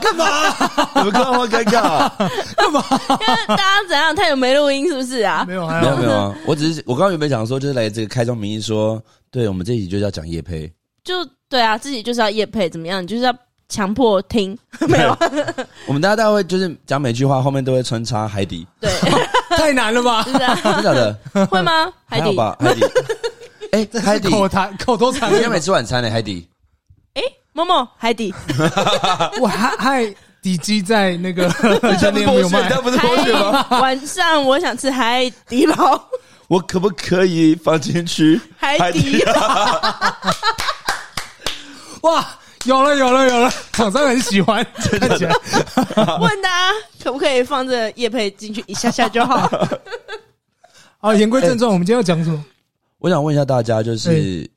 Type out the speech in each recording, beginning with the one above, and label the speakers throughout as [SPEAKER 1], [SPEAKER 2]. [SPEAKER 1] 干嘛？你们干嘛尴尬？
[SPEAKER 2] 大家怎样？太久没录音是不是啊？
[SPEAKER 3] 没有，还
[SPEAKER 1] 没有
[SPEAKER 3] 有
[SPEAKER 1] 没有啊，我只是我刚刚原本想说，就是来这个开宗明义说，对我们这一集就是要讲叶佩，
[SPEAKER 2] 就对啊，自己就是要夜配怎么样？你就是要强迫听，没有？
[SPEAKER 1] 我们大家大概会就是讲每句话后面都会穿插海底，
[SPEAKER 2] 对，
[SPEAKER 3] 太难了吧？
[SPEAKER 2] 是啊，
[SPEAKER 1] 真的假 的？
[SPEAKER 2] 会吗？海
[SPEAKER 1] 还好
[SPEAKER 2] 底，
[SPEAKER 1] 吧，海底。哎，海底，
[SPEAKER 3] 口
[SPEAKER 1] 你
[SPEAKER 3] 谈口头禅，
[SPEAKER 1] 今天没吃晚餐呢，海底。
[SPEAKER 2] 哎，某某海底，
[SPEAKER 3] 我还还底基在那个全联没有卖，
[SPEAKER 1] 不是
[SPEAKER 2] 海 底？晚上我想吃海底捞，
[SPEAKER 1] 我可不可以放进去？
[SPEAKER 2] 海底捞，
[SPEAKER 3] 哇，有了有了有了，厂商很喜欢，看起来
[SPEAKER 2] 问大家可不可以放这夜配进去一下下就好？
[SPEAKER 3] 啊。言归正传，我们今天要讲什么？
[SPEAKER 1] 我想问一下大家，就是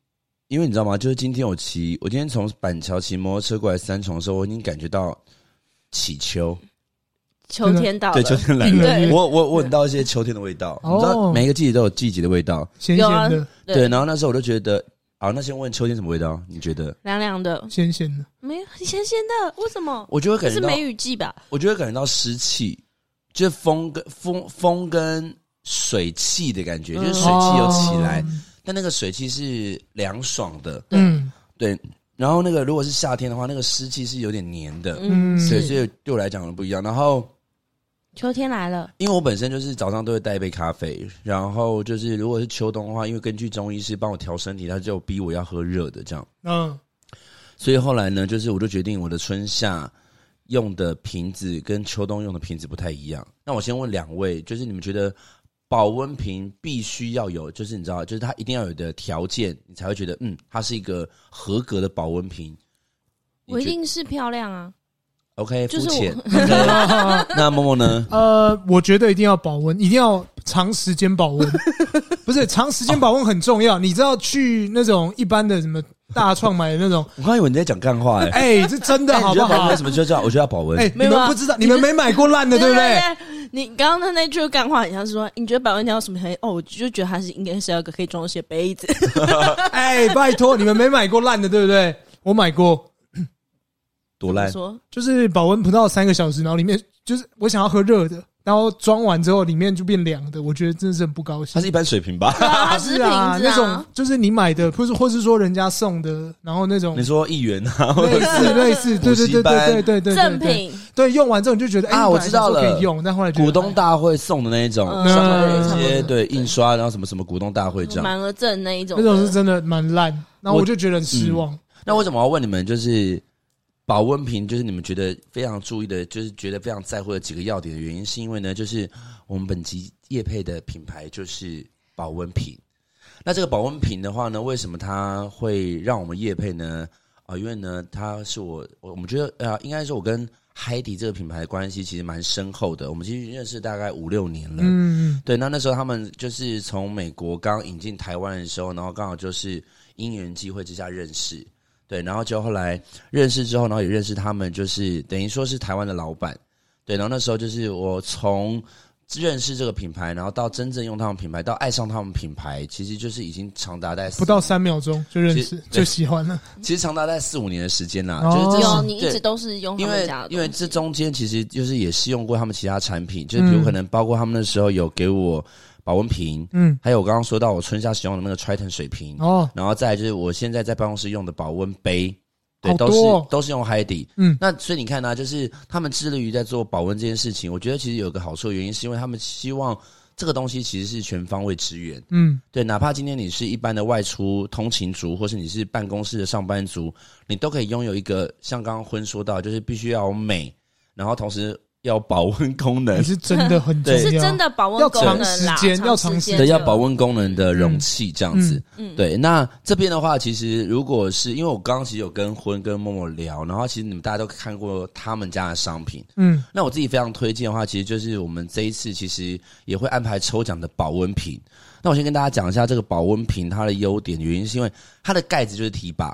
[SPEAKER 1] 因为你知道吗？就是今天我骑，我今天从板桥骑摩托车过来三重的时候，我已经感觉到起秋，
[SPEAKER 2] 秋天到
[SPEAKER 1] 对，秋
[SPEAKER 2] 了，
[SPEAKER 1] 天来
[SPEAKER 3] 病
[SPEAKER 1] 了。
[SPEAKER 2] 对
[SPEAKER 3] 人因为
[SPEAKER 1] 我我闻到一些秋天的味道，
[SPEAKER 3] 哦
[SPEAKER 1] 你知道每一个季节都有季节的味道。
[SPEAKER 3] 咸
[SPEAKER 2] 有啊
[SPEAKER 3] 咸的，
[SPEAKER 1] 对，，然后那时候我就觉得，啊，那先问秋天什么味道？你觉得？
[SPEAKER 2] 凉凉的，
[SPEAKER 3] 咸咸的，
[SPEAKER 2] 没有咸咸的，为什么？
[SPEAKER 1] 我就会
[SPEAKER 2] 这
[SPEAKER 1] 感
[SPEAKER 2] 是
[SPEAKER 1] 觉到，
[SPEAKER 2] 梅雨季吧？
[SPEAKER 1] 我就会感觉到湿气，就是风跟风风跟水汽的感觉，
[SPEAKER 2] 嗯
[SPEAKER 1] 就是水汽有起来，
[SPEAKER 3] 哦
[SPEAKER 1] 但那个水汽是凉爽的，
[SPEAKER 3] 嗯，
[SPEAKER 1] 对。然后那个如果是夏天的话，那个湿气是有点黏的，
[SPEAKER 2] 嗯，
[SPEAKER 3] 嗯
[SPEAKER 1] 对，所
[SPEAKER 2] 是
[SPEAKER 1] 以对我来讲不一样。然后
[SPEAKER 2] 秋天来了，
[SPEAKER 1] 因为我本身就是早上都会带一杯咖啡，然后就是如果是秋冬的话，因为根据中医师帮我调身体，他就逼我要喝热的这样，
[SPEAKER 3] 嗯，
[SPEAKER 1] 所以后来呢，就是我就决定我的春夏用的瓶子跟秋冬用的瓶子不太一样。那我先问两位，就是你们觉得保温瓶必须要有，就是你知道，就是它一定要有的条件，你才会觉得嗯，它是一个合格的保温瓶。你
[SPEAKER 2] 我一
[SPEAKER 1] 觉
[SPEAKER 2] 定是漂亮啊！
[SPEAKER 1] OK，
[SPEAKER 2] 就
[SPEAKER 1] 肤
[SPEAKER 2] 是我
[SPEAKER 1] 浅。那 那默默呢？
[SPEAKER 3] 呃，我觉得一定要保温，一定要长时间保温，不是长时间保温很重要。你知道去那种一般的什么大创买的那种，
[SPEAKER 1] 我刚以为你在讲干 话哎、欸。
[SPEAKER 3] 哎，这真的
[SPEAKER 1] 哎
[SPEAKER 3] 好
[SPEAKER 1] 你觉得保
[SPEAKER 3] 不
[SPEAKER 1] 温
[SPEAKER 3] 好
[SPEAKER 1] 为？什么就叫我觉得要保温？
[SPEAKER 3] 哎，
[SPEAKER 2] 没
[SPEAKER 3] 你
[SPEAKER 2] 有啊
[SPEAKER 3] 们不知道，你们没买过烂的，对不对？
[SPEAKER 2] 对？你刚刚的那句干话很像是说，你觉得百万条什么很哦，我就觉得它是应该是要个可以装一些杯 子，
[SPEAKER 3] 哎，拜托，你们没买过烂的，对不对？我买过，
[SPEAKER 1] 多烂！
[SPEAKER 2] 说
[SPEAKER 3] 就是保温不到三个小时，然后里面就是我想要喝热的，然后装完之后里面就变凉的，我觉得真的是很不高
[SPEAKER 1] 它
[SPEAKER 3] 兴
[SPEAKER 1] 是。一般水平吧？
[SPEAKER 2] 对啊它只
[SPEAKER 3] 是
[SPEAKER 2] 瓶子
[SPEAKER 3] 啊，那种
[SPEAKER 2] 啊，
[SPEAKER 3] 就是你买的，或是或是说人家送的，然后那种
[SPEAKER 1] 你说议员啊，或者
[SPEAKER 3] 类似类似，对对对对对对对，
[SPEAKER 2] 赠。品，
[SPEAKER 3] 对，用完之后你就觉得
[SPEAKER 1] 啊
[SPEAKER 3] 哎，
[SPEAKER 1] 我知道了
[SPEAKER 3] 本来想说可以用，但后来觉得
[SPEAKER 1] 股东
[SPEAKER 3] 哎
[SPEAKER 1] 大会送的那一种，
[SPEAKER 2] 嗯
[SPEAKER 1] 上面有一些
[SPEAKER 3] 嗯
[SPEAKER 1] 对印刷，然后什么什么股东大会这样。
[SPEAKER 2] 满额赠那一种
[SPEAKER 3] 那
[SPEAKER 2] 的，
[SPEAKER 3] 种是真的蛮烂，然后
[SPEAKER 1] 我
[SPEAKER 3] 我就觉得很失望。
[SPEAKER 1] 那为什么我嗯要问你们？就是保温瓶，就是你们觉得非常注意的，就是觉得非常在乎的几个要点的原因，是因为呢，就是我们本集业配的品牌就是保温瓶。那这个保温瓶的话呢，为什么它会让我们业配呢？啊、因为呢，它是我我我们觉得呃，应该是我跟海底这个品牌的关系其实蛮深厚的，我们其实认识大概五六年了。
[SPEAKER 3] 嗯，
[SPEAKER 1] 对，那那时候他们就是从美国刚引进台湾的时候，然后刚好就是因缘际会之下认识，对，然后就后来认识之后，然后也认识他们，就是等于说是台湾的老板，对，然后那时候就是我从认识这个品牌，然后到真正用他们品牌，到爱上他们品牌，其实就是已经长达在四
[SPEAKER 3] 不到，三秒钟就认
[SPEAKER 1] 其
[SPEAKER 3] 识
[SPEAKER 1] 实
[SPEAKER 3] 就喜欢了。
[SPEAKER 1] 其实长达在四五年的时间啦，
[SPEAKER 3] 哦
[SPEAKER 1] 就是这
[SPEAKER 2] 有
[SPEAKER 1] 是
[SPEAKER 2] 你一直
[SPEAKER 1] 对
[SPEAKER 2] 都是用哦他
[SPEAKER 1] 因
[SPEAKER 2] 们
[SPEAKER 1] 为
[SPEAKER 2] 家的东西，
[SPEAKER 1] 因为这中间其实就是也试用过他们其他产品，就是
[SPEAKER 2] 嗯
[SPEAKER 1] 比如可能包括他们那时候有给我保温瓶，
[SPEAKER 3] 嗯，
[SPEAKER 1] 还有我刚刚说到我春夏使用的那个 Triton 水瓶，
[SPEAKER 3] 哦，
[SPEAKER 1] 然后再来就是我现在在办公室用的保温杯，对，
[SPEAKER 3] 好
[SPEAKER 1] 都
[SPEAKER 3] 多哦
[SPEAKER 1] 是都是用海底。
[SPEAKER 3] 嗯
[SPEAKER 1] 那所以你看呢、就是他们致力于在做保温这件事情，我觉得其实有个好处的原因是因为他们希望这个东西其实是全方位支援。
[SPEAKER 3] 嗯，
[SPEAKER 1] 对，哪怕今天你是一般的外出通勤族，或是你是办公室的上班族，你都可以拥有一个像刚刚婚说到，就是必须要有美，然后同时要保温功能
[SPEAKER 3] 你，是真的很重
[SPEAKER 1] 对
[SPEAKER 3] 要，
[SPEAKER 2] 是真的保温功能啦
[SPEAKER 3] 要长时，间要长时间
[SPEAKER 1] 对，
[SPEAKER 3] 这
[SPEAKER 1] 要保温功能的
[SPEAKER 3] 嗯
[SPEAKER 1] 容器这样子。
[SPEAKER 2] 嗯嗯
[SPEAKER 1] 对，那这边的话，其实如果是因为我刚刚其实有跟婚跟默默聊，然后其实你们大家都看过他们家的商品。
[SPEAKER 3] 嗯，
[SPEAKER 1] 那我自己非常推荐的话，其实就是我们这一次其实也会安排抽奖的保温瓶。那我先跟大家讲一下这个保温瓶它的优点，原因是因为它的盖子就是提把，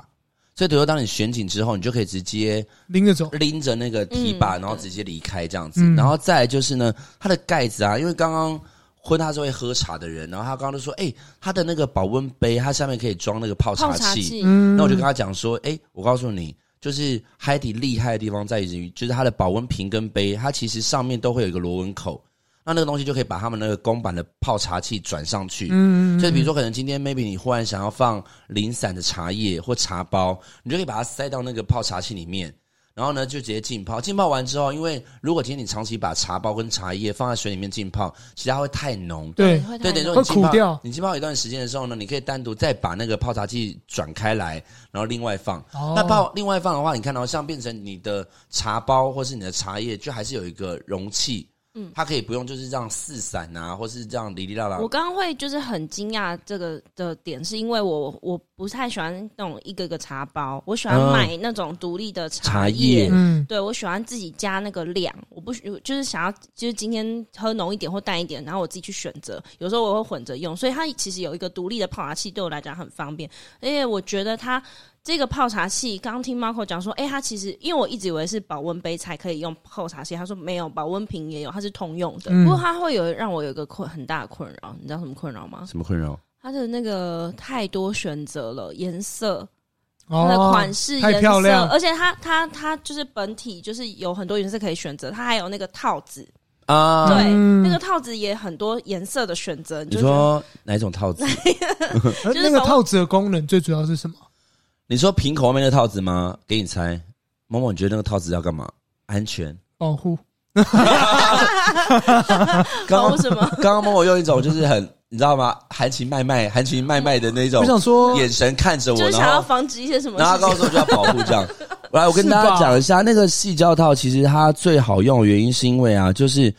[SPEAKER 1] 所以等于说当你选紧之后，你就可以直接
[SPEAKER 3] 拎着走，
[SPEAKER 1] 拎着那个提把，然后直接离开这样子。
[SPEAKER 3] 嗯
[SPEAKER 1] 然后再来就是呢，它的盖子啊，因为刚刚婚他是会喝茶的人，然后他刚刚就说，哎、他的那个保温杯，它下面可以装那个泡
[SPEAKER 2] 泡
[SPEAKER 1] 茶
[SPEAKER 2] 茶
[SPEAKER 1] 器。
[SPEAKER 2] 器，
[SPEAKER 3] 嗯，
[SPEAKER 1] 那我就跟他讲说，哎、我告诉你。就是海底厉害的地方在于，就是它的保温瓶跟杯，它其实上面都会有一个螺纹口，那那个东西就可以把他们那个公版的泡茶器转上去。
[SPEAKER 3] 嗯，嗯，
[SPEAKER 1] 所以，比如说，可能今天 maybe 你忽然想要放零散的茶叶或茶包，你就可以把它塞到那个泡茶器里面，然后呢就直接浸泡。浸泡完之后，因为如果今天你长期把茶包跟茶叶放在水里面浸泡，其实它会太浓。
[SPEAKER 3] 对，
[SPEAKER 2] 会太
[SPEAKER 1] 对，等于
[SPEAKER 2] 浓
[SPEAKER 1] 说你
[SPEAKER 3] 会
[SPEAKER 1] 浸
[SPEAKER 3] 苦
[SPEAKER 1] 泡
[SPEAKER 3] 掉，
[SPEAKER 1] 你浸泡一段时间的时候呢，你可以单独再把那个泡茶器转开来，然后另外放。
[SPEAKER 3] 哦
[SPEAKER 1] 那泡另外放的话，你看到、像变成你的茶包或是你的茶叶，就还是有一个容器，嗯，它可以不用就是这样四散啊，或是这样哩哩啦啦。
[SPEAKER 2] 我刚刚会就是很惊讶这个的点，是因为我我不太喜欢那种一个个茶包，我喜欢
[SPEAKER 1] 嗯
[SPEAKER 2] 买那种独立的
[SPEAKER 1] 茶
[SPEAKER 2] 茶
[SPEAKER 1] 叶
[SPEAKER 2] 叶。
[SPEAKER 3] 嗯，
[SPEAKER 2] 对，我喜欢自己加那个量，我不喜就是想要就是今天喝浓一点或淡一点，然后我自己去选择。有时候我会混着用，所以它其实有一个独立的泡茶器，对我来讲很方便。而且我觉得它这个泡茶器，刚刚听 Marco 讲说，哎、它其实因为我一直以为是保温杯才可以用泡茶器，他说没有，保温瓶也有，它是通用的。
[SPEAKER 3] 嗯
[SPEAKER 2] 不过它会有让我有一个困很大的困扰，你知道什么困扰吗？
[SPEAKER 1] 什么困扰？
[SPEAKER 2] 它的那个太多选择了，颜色。它的
[SPEAKER 3] 哦，
[SPEAKER 2] 款式、颜
[SPEAKER 3] 太
[SPEAKER 2] 色，
[SPEAKER 3] 漂亮
[SPEAKER 2] 而且它它它就是本体就是有很多颜色可以选择，它还有那个套子，
[SPEAKER 1] 啊，
[SPEAKER 2] 对，
[SPEAKER 3] 嗯
[SPEAKER 2] 那个套子也很多颜色的选择，你
[SPEAKER 1] 你
[SPEAKER 2] 就觉得
[SPEAKER 1] 说哪一种套子？
[SPEAKER 3] 而
[SPEAKER 2] 就是
[SPEAKER 3] 那个
[SPEAKER 2] 保温
[SPEAKER 3] 套子的功能最主要是什么？
[SPEAKER 1] 你说瓶口外面那套子吗？给你猜，某某，你觉得那个套子要干嘛？安全。
[SPEAKER 3] 保护，
[SPEAKER 1] 刚
[SPEAKER 2] 搞
[SPEAKER 1] 刚
[SPEAKER 2] 什么
[SPEAKER 1] 刚刚某某用一种就是很，你知道吗？含情脉脉，含情脉脉的那种
[SPEAKER 3] 我想说，
[SPEAKER 1] 眼神看着
[SPEAKER 2] 就
[SPEAKER 1] 我，
[SPEAKER 2] 是想要
[SPEAKER 1] 然后
[SPEAKER 2] 防止一些什么
[SPEAKER 1] 然后他
[SPEAKER 2] 事情。
[SPEAKER 1] 告诉我就要保护 这样。来，我跟大家
[SPEAKER 3] 是吧
[SPEAKER 1] 讲一下，那个细胶套其实它最好用的原因是因为啊，就是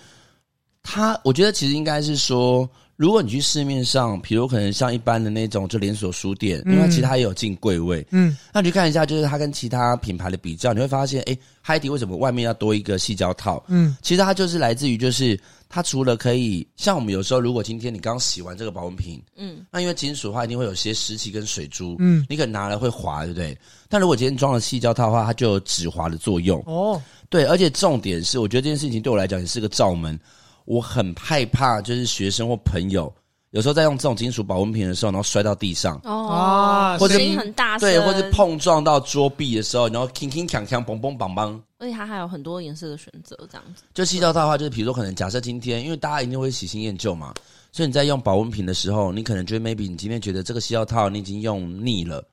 [SPEAKER 1] 它，我觉得其实应该是说，如果你去市面上，比如可能像一般的那种就连锁书店，因为
[SPEAKER 3] 嗯
[SPEAKER 1] 其实它也有进柜位，
[SPEAKER 3] 嗯，
[SPEAKER 1] 那你去看一下，就是它跟其他品牌的比较，你会发现，哎、海底为什么外面要多一个细胶套？
[SPEAKER 3] 嗯，
[SPEAKER 1] 其实它就是来自于，就是它除了可以像我们有时候，如果今天你刚洗完这个保温瓶，
[SPEAKER 2] 嗯，
[SPEAKER 1] 那因为金属的话一定会有些湿气跟水珠，
[SPEAKER 3] 嗯
[SPEAKER 1] 你可能拿了会滑，对不对？但如果今天装了细胶套的话，它就有止滑的作用。
[SPEAKER 3] 哦，
[SPEAKER 1] 对，而且重点是，我觉得这件事情对我来讲也是个罩门。我很害怕，就是学生或朋友有时候在用这种金属保温瓶的时候，然后摔到地上，
[SPEAKER 2] 哦
[SPEAKER 3] 啊，
[SPEAKER 1] 或者
[SPEAKER 2] 声音很大声，
[SPEAKER 1] 对，或是，碰撞到桌壁的时候，然后铿铿锵锵、嘣嘣梆梆。
[SPEAKER 2] 而且它还有很多颜色的选择，这样子。
[SPEAKER 1] 就细到它的话，就是比如说，可能假设今天，因为大家一定会喜新厌旧嘛，所以你在用保温瓶的时候，你可能就会 maybe 你今天觉得这个细胶套你已经用腻了，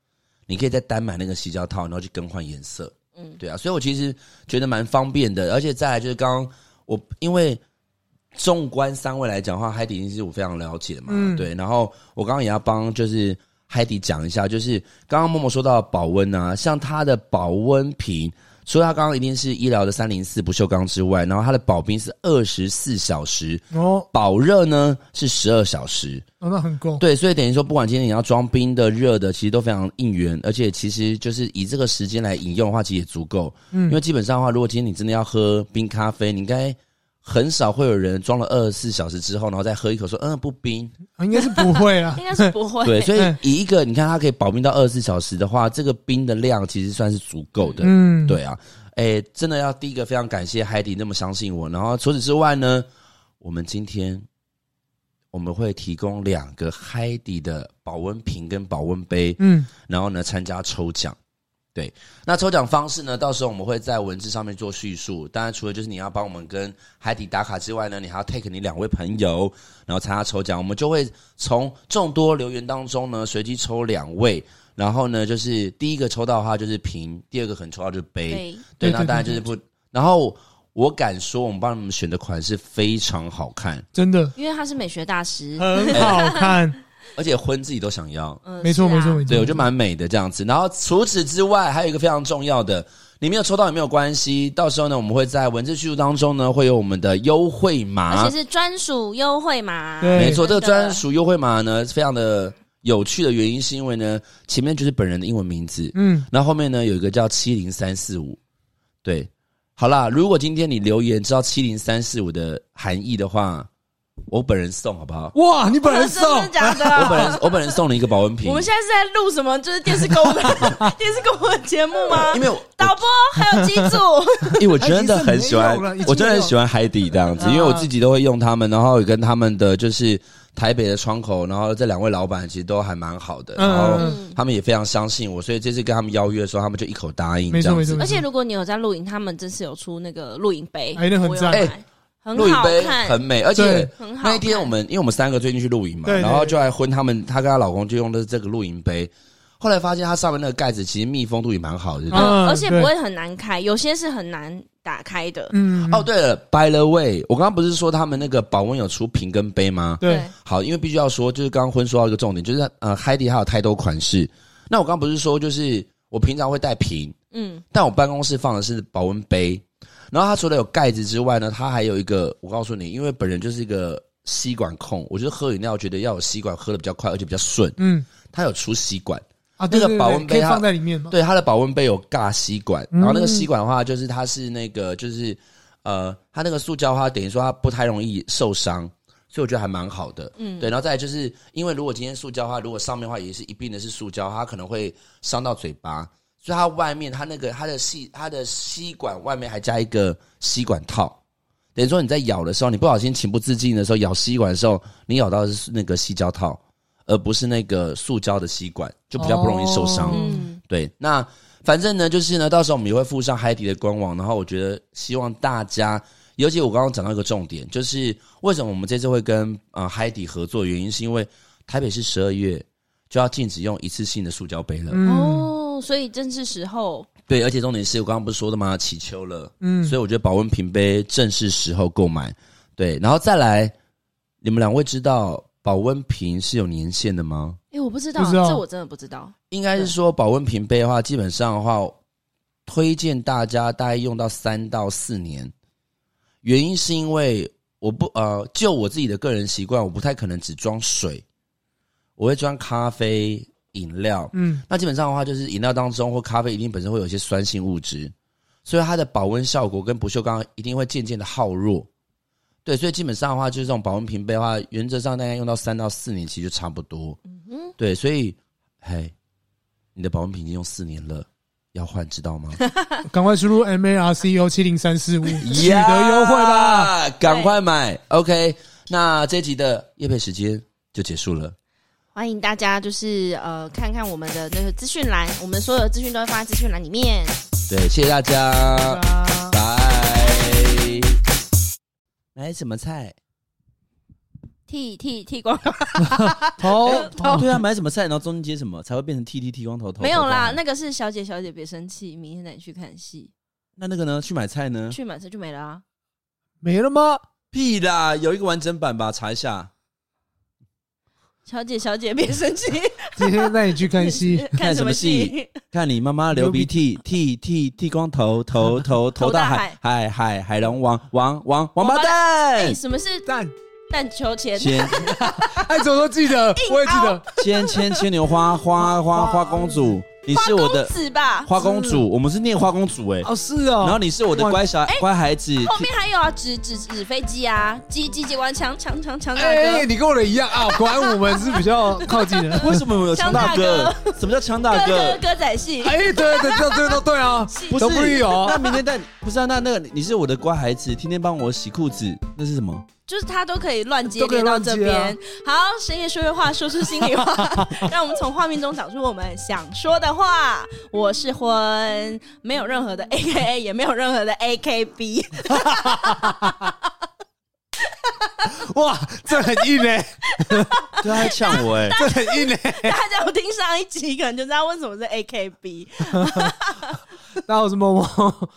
[SPEAKER 1] 你可以再单买那个细胶套，然后去更换颜色。
[SPEAKER 2] 嗯
[SPEAKER 1] 对啊，所以我其实觉得蛮方便的，而且再来就是刚刚我因为纵观三位来讲的话，海底一定是我非常了解嘛，
[SPEAKER 3] 嗯
[SPEAKER 1] 对。然后我刚刚也要帮就是海底讲一下，就是刚刚默默说到的保温啊，像它的保温瓶，除了它刚刚一定是医疗的三零四不锈钢之外，然后它的保冰是二十四小时，
[SPEAKER 3] 哦，
[SPEAKER 1] 保热呢是十二小时。
[SPEAKER 3] 哦那很够，
[SPEAKER 1] 对，所以等于说，不管今天你要装冰的、热的，其实都非常应援，而且其实就是以这个时间来饮用的话，其实也足够。嗯，因为基本上的话，如果今天你真的要喝冰咖啡，你应该很少会有人装了二十四小时之后，然后再喝一口说嗯不冰。
[SPEAKER 3] 啊应该是不会啦
[SPEAKER 2] 应，该是不会。
[SPEAKER 1] 对，所以
[SPEAKER 3] 嗯
[SPEAKER 1] 以一个你看它可以保冰到二十四小时的话，这个冰的量其实算是足够的。
[SPEAKER 3] 嗯，
[SPEAKER 1] 对啊，哎，真的要第一个非常感谢海底那么相信我。然后除此之外呢，我们今天我们会提供两个海底的保温瓶跟保温杯，
[SPEAKER 3] 嗯，
[SPEAKER 1] 然后呢参加抽奖。对，那抽奖方式呢？到时候我们会在文字上面做叙述。当然，除了就是你要帮我们跟海底打卡之外呢，你还要 take 你两位朋友，然后参加抽奖。我们就会从众多留言当中呢，随机抽两位。然后呢，就是第一个抽到的话就是瓶，第二个可能抽到就是杯。
[SPEAKER 2] 对，
[SPEAKER 1] 对，
[SPEAKER 3] 对
[SPEAKER 1] 那
[SPEAKER 3] 对
[SPEAKER 1] 当然
[SPEAKER 3] 对
[SPEAKER 1] 就是不。然后我敢说，我们帮你们选的款式非常好看，
[SPEAKER 3] 真的
[SPEAKER 2] 因为他是美学大师，
[SPEAKER 3] 很好 看，
[SPEAKER 1] 而且婚自己都想要。
[SPEAKER 2] 嗯
[SPEAKER 3] 没错，没错，
[SPEAKER 2] 错。
[SPEAKER 3] 没错，
[SPEAKER 1] 对，我觉得蛮美的这样子。然后除此之外，还有一个非常重要的，你没有抽到也没有关系，到时候呢，我们会在文字叙述当中呢，会有我们的优惠码
[SPEAKER 2] 而且，是专属优惠码。
[SPEAKER 3] 对
[SPEAKER 1] 啊没错，这
[SPEAKER 2] 真
[SPEAKER 1] 个
[SPEAKER 2] 的
[SPEAKER 1] 专属优惠码呢，非常的有趣的原因是因为呢，前面就是本人的英文名字，
[SPEAKER 3] 嗯，
[SPEAKER 1] 然后后面呢有一个叫七零三四五，对，好啦，如果今天你留言知道七零三四五的含义的话，我本人送好不好？
[SPEAKER 3] 哇，你本人送，
[SPEAKER 2] 真的假
[SPEAKER 1] 我本
[SPEAKER 2] 的？
[SPEAKER 1] 人我本人送你一个保温瓶
[SPEAKER 2] 我，们现在是在录什么？就是电视购物的 电视购物的节目吗？
[SPEAKER 1] 因为我
[SPEAKER 2] 导播还有机 组，
[SPEAKER 1] 因为我真的很喜欢
[SPEAKER 3] 已经是没有了已经没有了，
[SPEAKER 1] 我真的很喜欢海底这样子，因为我自己都会用他们，然后也跟他们的就是台北的窗口，然后这两位老板其实都还蛮好的，
[SPEAKER 3] 嗯
[SPEAKER 1] 然后
[SPEAKER 2] 嗯
[SPEAKER 1] 他们也非常相信我，所以这次跟他们邀约的时候，他们就一口答应
[SPEAKER 3] 没
[SPEAKER 1] 这
[SPEAKER 3] 错
[SPEAKER 1] 样
[SPEAKER 3] 没错
[SPEAKER 1] 子。
[SPEAKER 2] 而且如果你有在录影，他们这次有出那个录影杯，
[SPEAKER 3] 哎那很
[SPEAKER 2] 我有
[SPEAKER 3] 赞
[SPEAKER 2] 买
[SPEAKER 1] 哎录
[SPEAKER 2] 很
[SPEAKER 1] 影
[SPEAKER 2] 好
[SPEAKER 1] 杯
[SPEAKER 2] 看，
[SPEAKER 1] 很美，而且
[SPEAKER 3] 对
[SPEAKER 2] 很好看。
[SPEAKER 1] 那一天我们因为我们三个最近去露营嘛，
[SPEAKER 3] 对对
[SPEAKER 1] 然后就来婚他们，她跟她老公就用的是这个露营杯，后来发现它上面那个盖子其实密封度也蛮好的。对不对
[SPEAKER 3] 嗯
[SPEAKER 2] 而且不会很难开，有些是很难打开的。
[SPEAKER 3] 嗯，
[SPEAKER 1] 哦，，对了，By the way，我刚刚不是说他们那个保温有出瓶跟杯吗？
[SPEAKER 3] 对，
[SPEAKER 1] 好，因为必须要说，就是刚刚婚说到一个重点，就是呃，海底还有太多款式。那我刚刚不是说，就是我平常会带瓶，
[SPEAKER 2] 嗯，
[SPEAKER 1] 但我办公室放的是保温杯。然后它除了有盖子之外呢，它还有一个，我告诉你，因为本人就是一个吸管控，我就是喝饮料觉得要有吸管喝的比较快，而且比较顺。
[SPEAKER 3] 嗯，
[SPEAKER 1] 它有出吸管，
[SPEAKER 3] 啊，
[SPEAKER 1] 那个
[SPEAKER 3] 对对对
[SPEAKER 1] 保温杯
[SPEAKER 3] 可以
[SPEAKER 1] 它
[SPEAKER 3] 放在里面嘛？
[SPEAKER 1] 对，它的保温杯有尬吸管，
[SPEAKER 3] 嗯
[SPEAKER 1] 然后那个吸管的话，就是它是那个就是呃，它那个塑胶的话，等于说它不太容易受伤，所以我觉得还蛮好的。嗯，对，然后再来就是因为如果今天塑胶的话，如果上面的话也是一并的是塑胶，它可能会伤到嘴巴，所以它外面它那个它的吸它的吸管外面还加一个吸管套。等于说你在咬的时候，你不小心情不自禁的时候咬吸管的时候，你咬到的是那个吸胶套，而不是那个塑胶的吸管，就比较不容易受伤。
[SPEAKER 3] 哦
[SPEAKER 2] 嗯，
[SPEAKER 1] 对，那反正呢，就是呢，到时候我们也会附上海底的官网，然后我觉得希望大家，尤其我刚刚讲到一个重点，就是为什么我们这次会跟呃海底合作，原因是因为台北市十二月就要禁止用一次性的塑胶杯了，
[SPEAKER 3] 嗯
[SPEAKER 2] 哦，所以正是时候。
[SPEAKER 1] 对，而且重点是我刚刚不是说的吗？起秋了，
[SPEAKER 3] 嗯，
[SPEAKER 1] 所以我觉得保温瓶杯正是时候购买，对，然后再来，你们两位知道保温瓶是有年限的吗？
[SPEAKER 2] 哎、我不知道，
[SPEAKER 3] 不知道
[SPEAKER 2] 这我真的不知道。
[SPEAKER 1] 应该是说保温瓶杯的话，基本上的话，推荐大家大概用到三到四年。原因是因为我不呃，就我自己的个人习惯，我不太可能只装水，我会装咖啡、饮料。
[SPEAKER 3] 嗯
[SPEAKER 1] 那基本上的话，就是饮料当中或咖啡一定本身会有一些酸性物质，所以它的保温效果跟不锈钢一定会渐渐的耗弱。对，所以基本上的话，就是这种保温瓶杯的话，原则上大概用到三到四年，其实就差不多。
[SPEAKER 2] 嗯，
[SPEAKER 1] 对，所以，嘿，你的保温瓶已经用四年了，要换知道 吗？
[SPEAKER 3] 赶快输入 M A R C O 七零三四五取得优惠吧。
[SPEAKER 1] Yeah，赶快买。OK，那这集的夜配时间就结束了。
[SPEAKER 2] 欢迎大家就是呃看看我们的那个资讯栏，我们所有的资讯都会放在资讯栏里面。
[SPEAKER 1] 对，谢谢大
[SPEAKER 3] 拜
[SPEAKER 1] 家，
[SPEAKER 3] 拜
[SPEAKER 1] 拜。买什么菜？
[SPEAKER 2] 剃剃剃光
[SPEAKER 3] 头
[SPEAKER 1] 对
[SPEAKER 3] 头
[SPEAKER 1] 啊，买什么菜？然后中间接什么才会变成 T T T 光头头？
[SPEAKER 2] 没有啦，
[SPEAKER 1] 头
[SPEAKER 2] 那个是小姐小姐别生气，明天带你去看戏，
[SPEAKER 1] 那那个呢？去买菜
[SPEAKER 3] 嗯
[SPEAKER 1] 呢？
[SPEAKER 2] 去满车就没了啊。
[SPEAKER 3] 没了吗？
[SPEAKER 1] 屁啦，有一个完整版吧，查一下。
[SPEAKER 2] 小姐小姐别生气，
[SPEAKER 3] 今天带你去 看戏，
[SPEAKER 2] 看什么
[SPEAKER 1] 看什
[SPEAKER 2] 戏？
[SPEAKER 1] 看你妈妈流鼻涕， 剃剃剃光头，头头头大海，海海海龙王王王王八
[SPEAKER 2] 哎、
[SPEAKER 3] 嗯
[SPEAKER 1] 蛋，
[SPEAKER 2] 什么是
[SPEAKER 3] 赞，
[SPEAKER 2] 荡秋千？
[SPEAKER 1] 牵
[SPEAKER 3] 爱走都记得，我也记得。
[SPEAKER 1] 牵牵牵牛花花花花公主，你是我的
[SPEAKER 2] 是吧？
[SPEAKER 1] 花公主，我们是念花公主哎，
[SPEAKER 3] 哦，是哦。
[SPEAKER 1] 然后你是我的乖小乖孩子，
[SPEAKER 2] 后面还有啊，纸纸纸飞机啊，机机机关枪枪枪枪大
[SPEAKER 3] 哎，
[SPEAKER 2] 哥，
[SPEAKER 3] 你跟我的一样啊，果然我们是比较靠近 的。
[SPEAKER 1] 为什么有强大哥
[SPEAKER 2] 强？
[SPEAKER 1] 什么叫强
[SPEAKER 2] 哥
[SPEAKER 1] 大
[SPEAKER 2] 哥
[SPEAKER 1] 哥？
[SPEAKER 2] 歌仔戏，
[SPEAKER 3] 哎，对对对对对对啊，
[SPEAKER 1] 不
[SPEAKER 3] 都不
[SPEAKER 1] 是
[SPEAKER 3] 有
[SPEAKER 1] 哦 那明天带你不是啊？那那个你是我的乖孩子，天天帮我洗裤子，那是什么？
[SPEAKER 2] 就是他都可以乱接
[SPEAKER 3] 都可以
[SPEAKER 2] 连到
[SPEAKER 3] 乱接
[SPEAKER 2] 这
[SPEAKER 3] 啊
[SPEAKER 2] 边。好，深夜说说话，说出心里 话，让我们从画面中找出我们想说的话。我是婚，没有任何的 A K A，也没有任何的 A K B。
[SPEAKER 3] 哇，这很硬嘞，
[SPEAKER 1] 对，他在呛我哎。
[SPEAKER 3] 这很硬嘞。
[SPEAKER 2] 大家有听上一集，可能就知道为什么是 A K B。
[SPEAKER 3] 大家好，我是默默。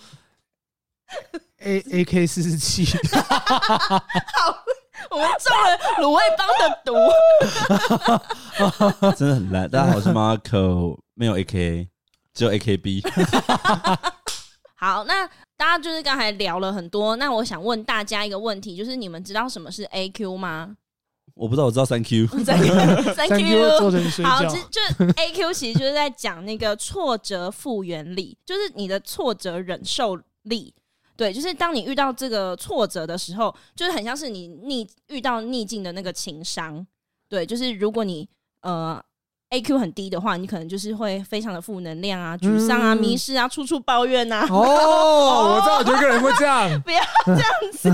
[SPEAKER 3] A A K 四十七，
[SPEAKER 2] 我们中了卤味帮的毒。
[SPEAKER 1] 真的很 烂。大家好，我是 Marco，没有 AK，只有 AKB。
[SPEAKER 2] 好，那大家就是刚才聊了很多，那我想问大家一个问题，就是你们知道什么是 AQ 吗？
[SPEAKER 4] 我不知道，我知道三 Q，
[SPEAKER 2] 三 Q，三
[SPEAKER 3] 三 Q 做成水
[SPEAKER 2] 好，
[SPEAKER 3] 饺
[SPEAKER 2] 这，就 A Q 其实就是在讲那个挫折复原力，就是你的挫折忍受力。对，就是当你遇到这个挫折的时候，就是很像是你逆遇到逆境的那个情商。对，就是如果你呃 A Q 很低的话，你可能就是会非常的负能量啊、沮丧啊、
[SPEAKER 3] 嗯
[SPEAKER 2] 迷失啊、处处抱怨啊。
[SPEAKER 3] 哦，我知道有一个人会这样，
[SPEAKER 2] 不要这样子、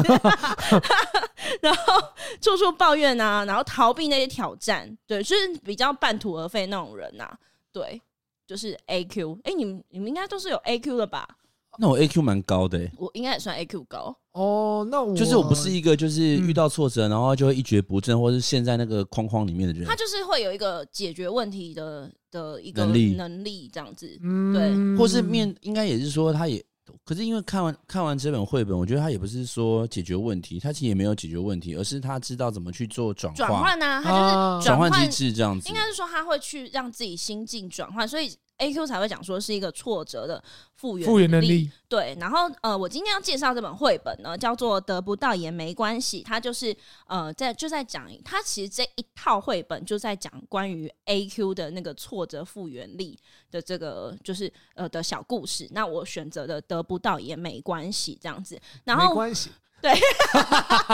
[SPEAKER 2] 然后处处抱怨啊，然后逃避那些挑战，对，就是比较半途而废那种人呐、啊，对，就是 A Q，哎、你们你们应该都是有 A Q 的吧？
[SPEAKER 1] 那我 AQ 蛮高的、欸，
[SPEAKER 2] 我应该也算 A Q 高，
[SPEAKER 3] 哦，那我
[SPEAKER 1] 就是我不是一个就是遇到挫折然后就会一蹶不振，或是陷在那个框框里面的人
[SPEAKER 2] 他，就是会有一个解决问题的的一个
[SPEAKER 1] 能力
[SPEAKER 2] 能力这样子，
[SPEAKER 3] 嗯
[SPEAKER 1] 或是面应该也是说他也，可是因为看完看完这本绘本，我觉得他也不是说解决问题，他其实也没有解决问题，而是他知道怎么去做转
[SPEAKER 2] 转
[SPEAKER 1] 化、
[SPEAKER 2] 换啊，他
[SPEAKER 3] 啊
[SPEAKER 2] 就是
[SPEAKER 1] 转
[SPEAKER 2] 换
[SPEAKER 1] 换机制这样子
[SPEAKER 2] 应。该是说他会去让自己心境转换，所以 A Q 才会讲说是一个挫折的复原
[SPEAKER 3] 复原能力。
[SPEAKER 2] 对，然后呃，我今天要介绍这本绘本呢，叫做《得不到也没关系》，它就是呃，在就在讲，它其实这一套绘本就在讲关于 A Q 的那个挫折复原力的这个就是呃的小故事。那我选择的得不到也没关系这样子，然
[SPEAKER 3] 没
[SPEAKER 2] 后
[SPEAKER 3] 关系，
[SPEAKER 2] 对，